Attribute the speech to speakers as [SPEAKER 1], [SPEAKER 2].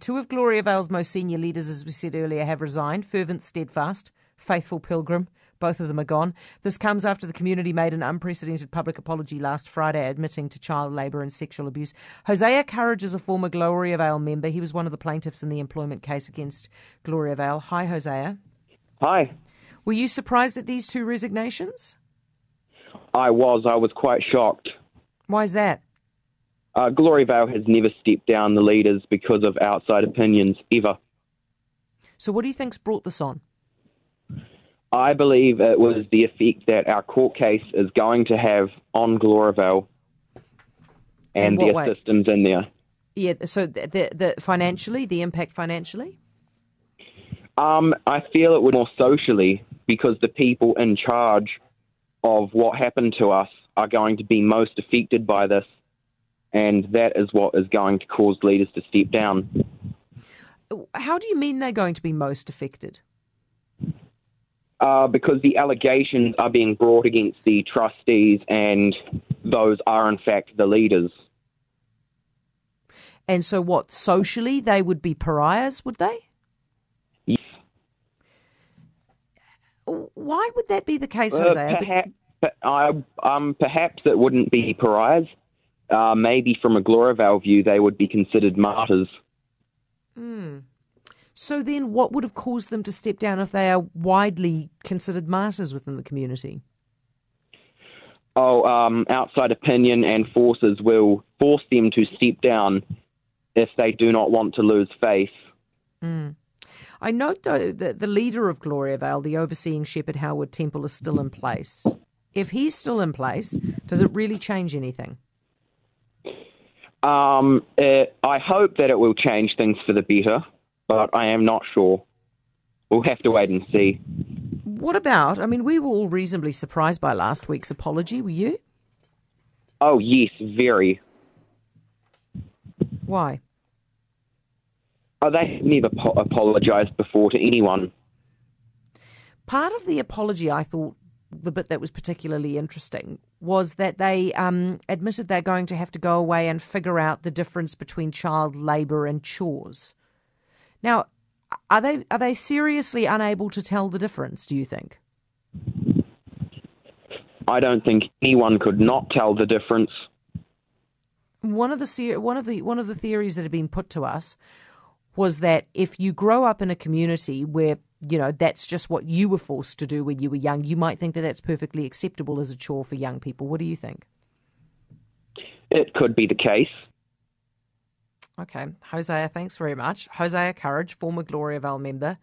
[SPEAKER 1] Two of Gloria Vale's most senior leaders, as we said earlier, have resigned Fervent Steadfast, Faithful Pilgrim. Both of them are gone. This comes after the community made an unprecedented public apology last Friday, admitting to child labour and sexual abuse. Hosea Courage is a former Gloria Vale member. He was one of the plaintiffs in the employment case against Gloria Vale. Hi, Hosea.
[SPEAKER 2] Hi.
[SPEAKER 1] Were you surprised at these two resignations?
[SPEAKER 2] I was. I was quite shocked.
[SPEAKER 1] Why is that?
[SPEAKER 2] Uh, Glory Vale has never stepped down the leaders because of outside opinions, ever.
[SPEAKER 1] So, what do you think's brought this on?
[SPEAKER 2] I believe it was the effect that our court case is going to have on Glorivale
[SPEAKER 1] In
[SPEAKER 2] and
[SPEAKER 1] what
[SPEAKER 2] their
[SPEAKER 1] way?
[SPEAKER 2] systems in there.
[SPEAKER 1] Yeah, so the, the, the financially, the impact financially?
[SPEAKER 2] Um, I feel it would more socially because the people in charge of what happened to us are going to be most affected by this, and that is what is going to cause leaders to step down.
[SPEAKER 1] How do you mean they're going to be most affected?
[SPEAKER 2] Uh, because the allegations are being brought against the trustees, and those are in fact the leaders.
[SPEAKER 1] And so, what socially they would be pariahs, would they?
[SPEAKER 2] Yes.
[SPEAKER 1] Why would that be the case,
[SPEAKER 2] Uh,
[SPEAKER 1] Hosea? Be-
[SPEAKER 2] perhaps, but I, um, perhaps it wouldn't be pariahs. Uh, maybe from a Glorival view, they would be considered martyrs.
[SPEAKER 1] So then, what would have caused them to step down if they are widely considered martyrs within the community?
[SPEAKER 2] Oh, um, outside opinion and forces will force them to step down if they do not want to lose faith.
[SPEAKER 1] I note, though, that the leader of Gloria Vale, the overseeing Shepherd Howard Temple, is still in place. If he's still in place, does it really change anything?
[SPEAKER 2] Um, uh, I hope that it will change things for the better, but I am not sure. We'll have to wait and see.
[SPEAKER 1] What about? I mean, we were all reasonably surprised by last week's apology. Were you?
[SPEAKER 2] Oh, yes, very.
[SPEAKER 1] Why?
[SPEAKER 2] Oh, they have never po- apologised before to anyone.
[SPEAKER 1] Part of the apology, I thought the bit that was particularly interesting was that they um, admitted they're going to have to go away and figure out the difference between child labour and chores. Now, are they are they seriously unable to tell the difference? Do you think?
[SPEAKER 2] I don't think anyone could not tell the difference.
[SPEAKER 1] one of the se- one of the one of the theories that had been put to us was that if you grow up in a community where you know that's just what you were forced to do when you were young, you might think that that's perfectly acceptable as a chore for young people. What do you think?
[SPEAKER 2] It could be the case.
[SPEAKER 1] Okay, Hosea, thanks very much. Hosea Courage, former Gloria Vale member.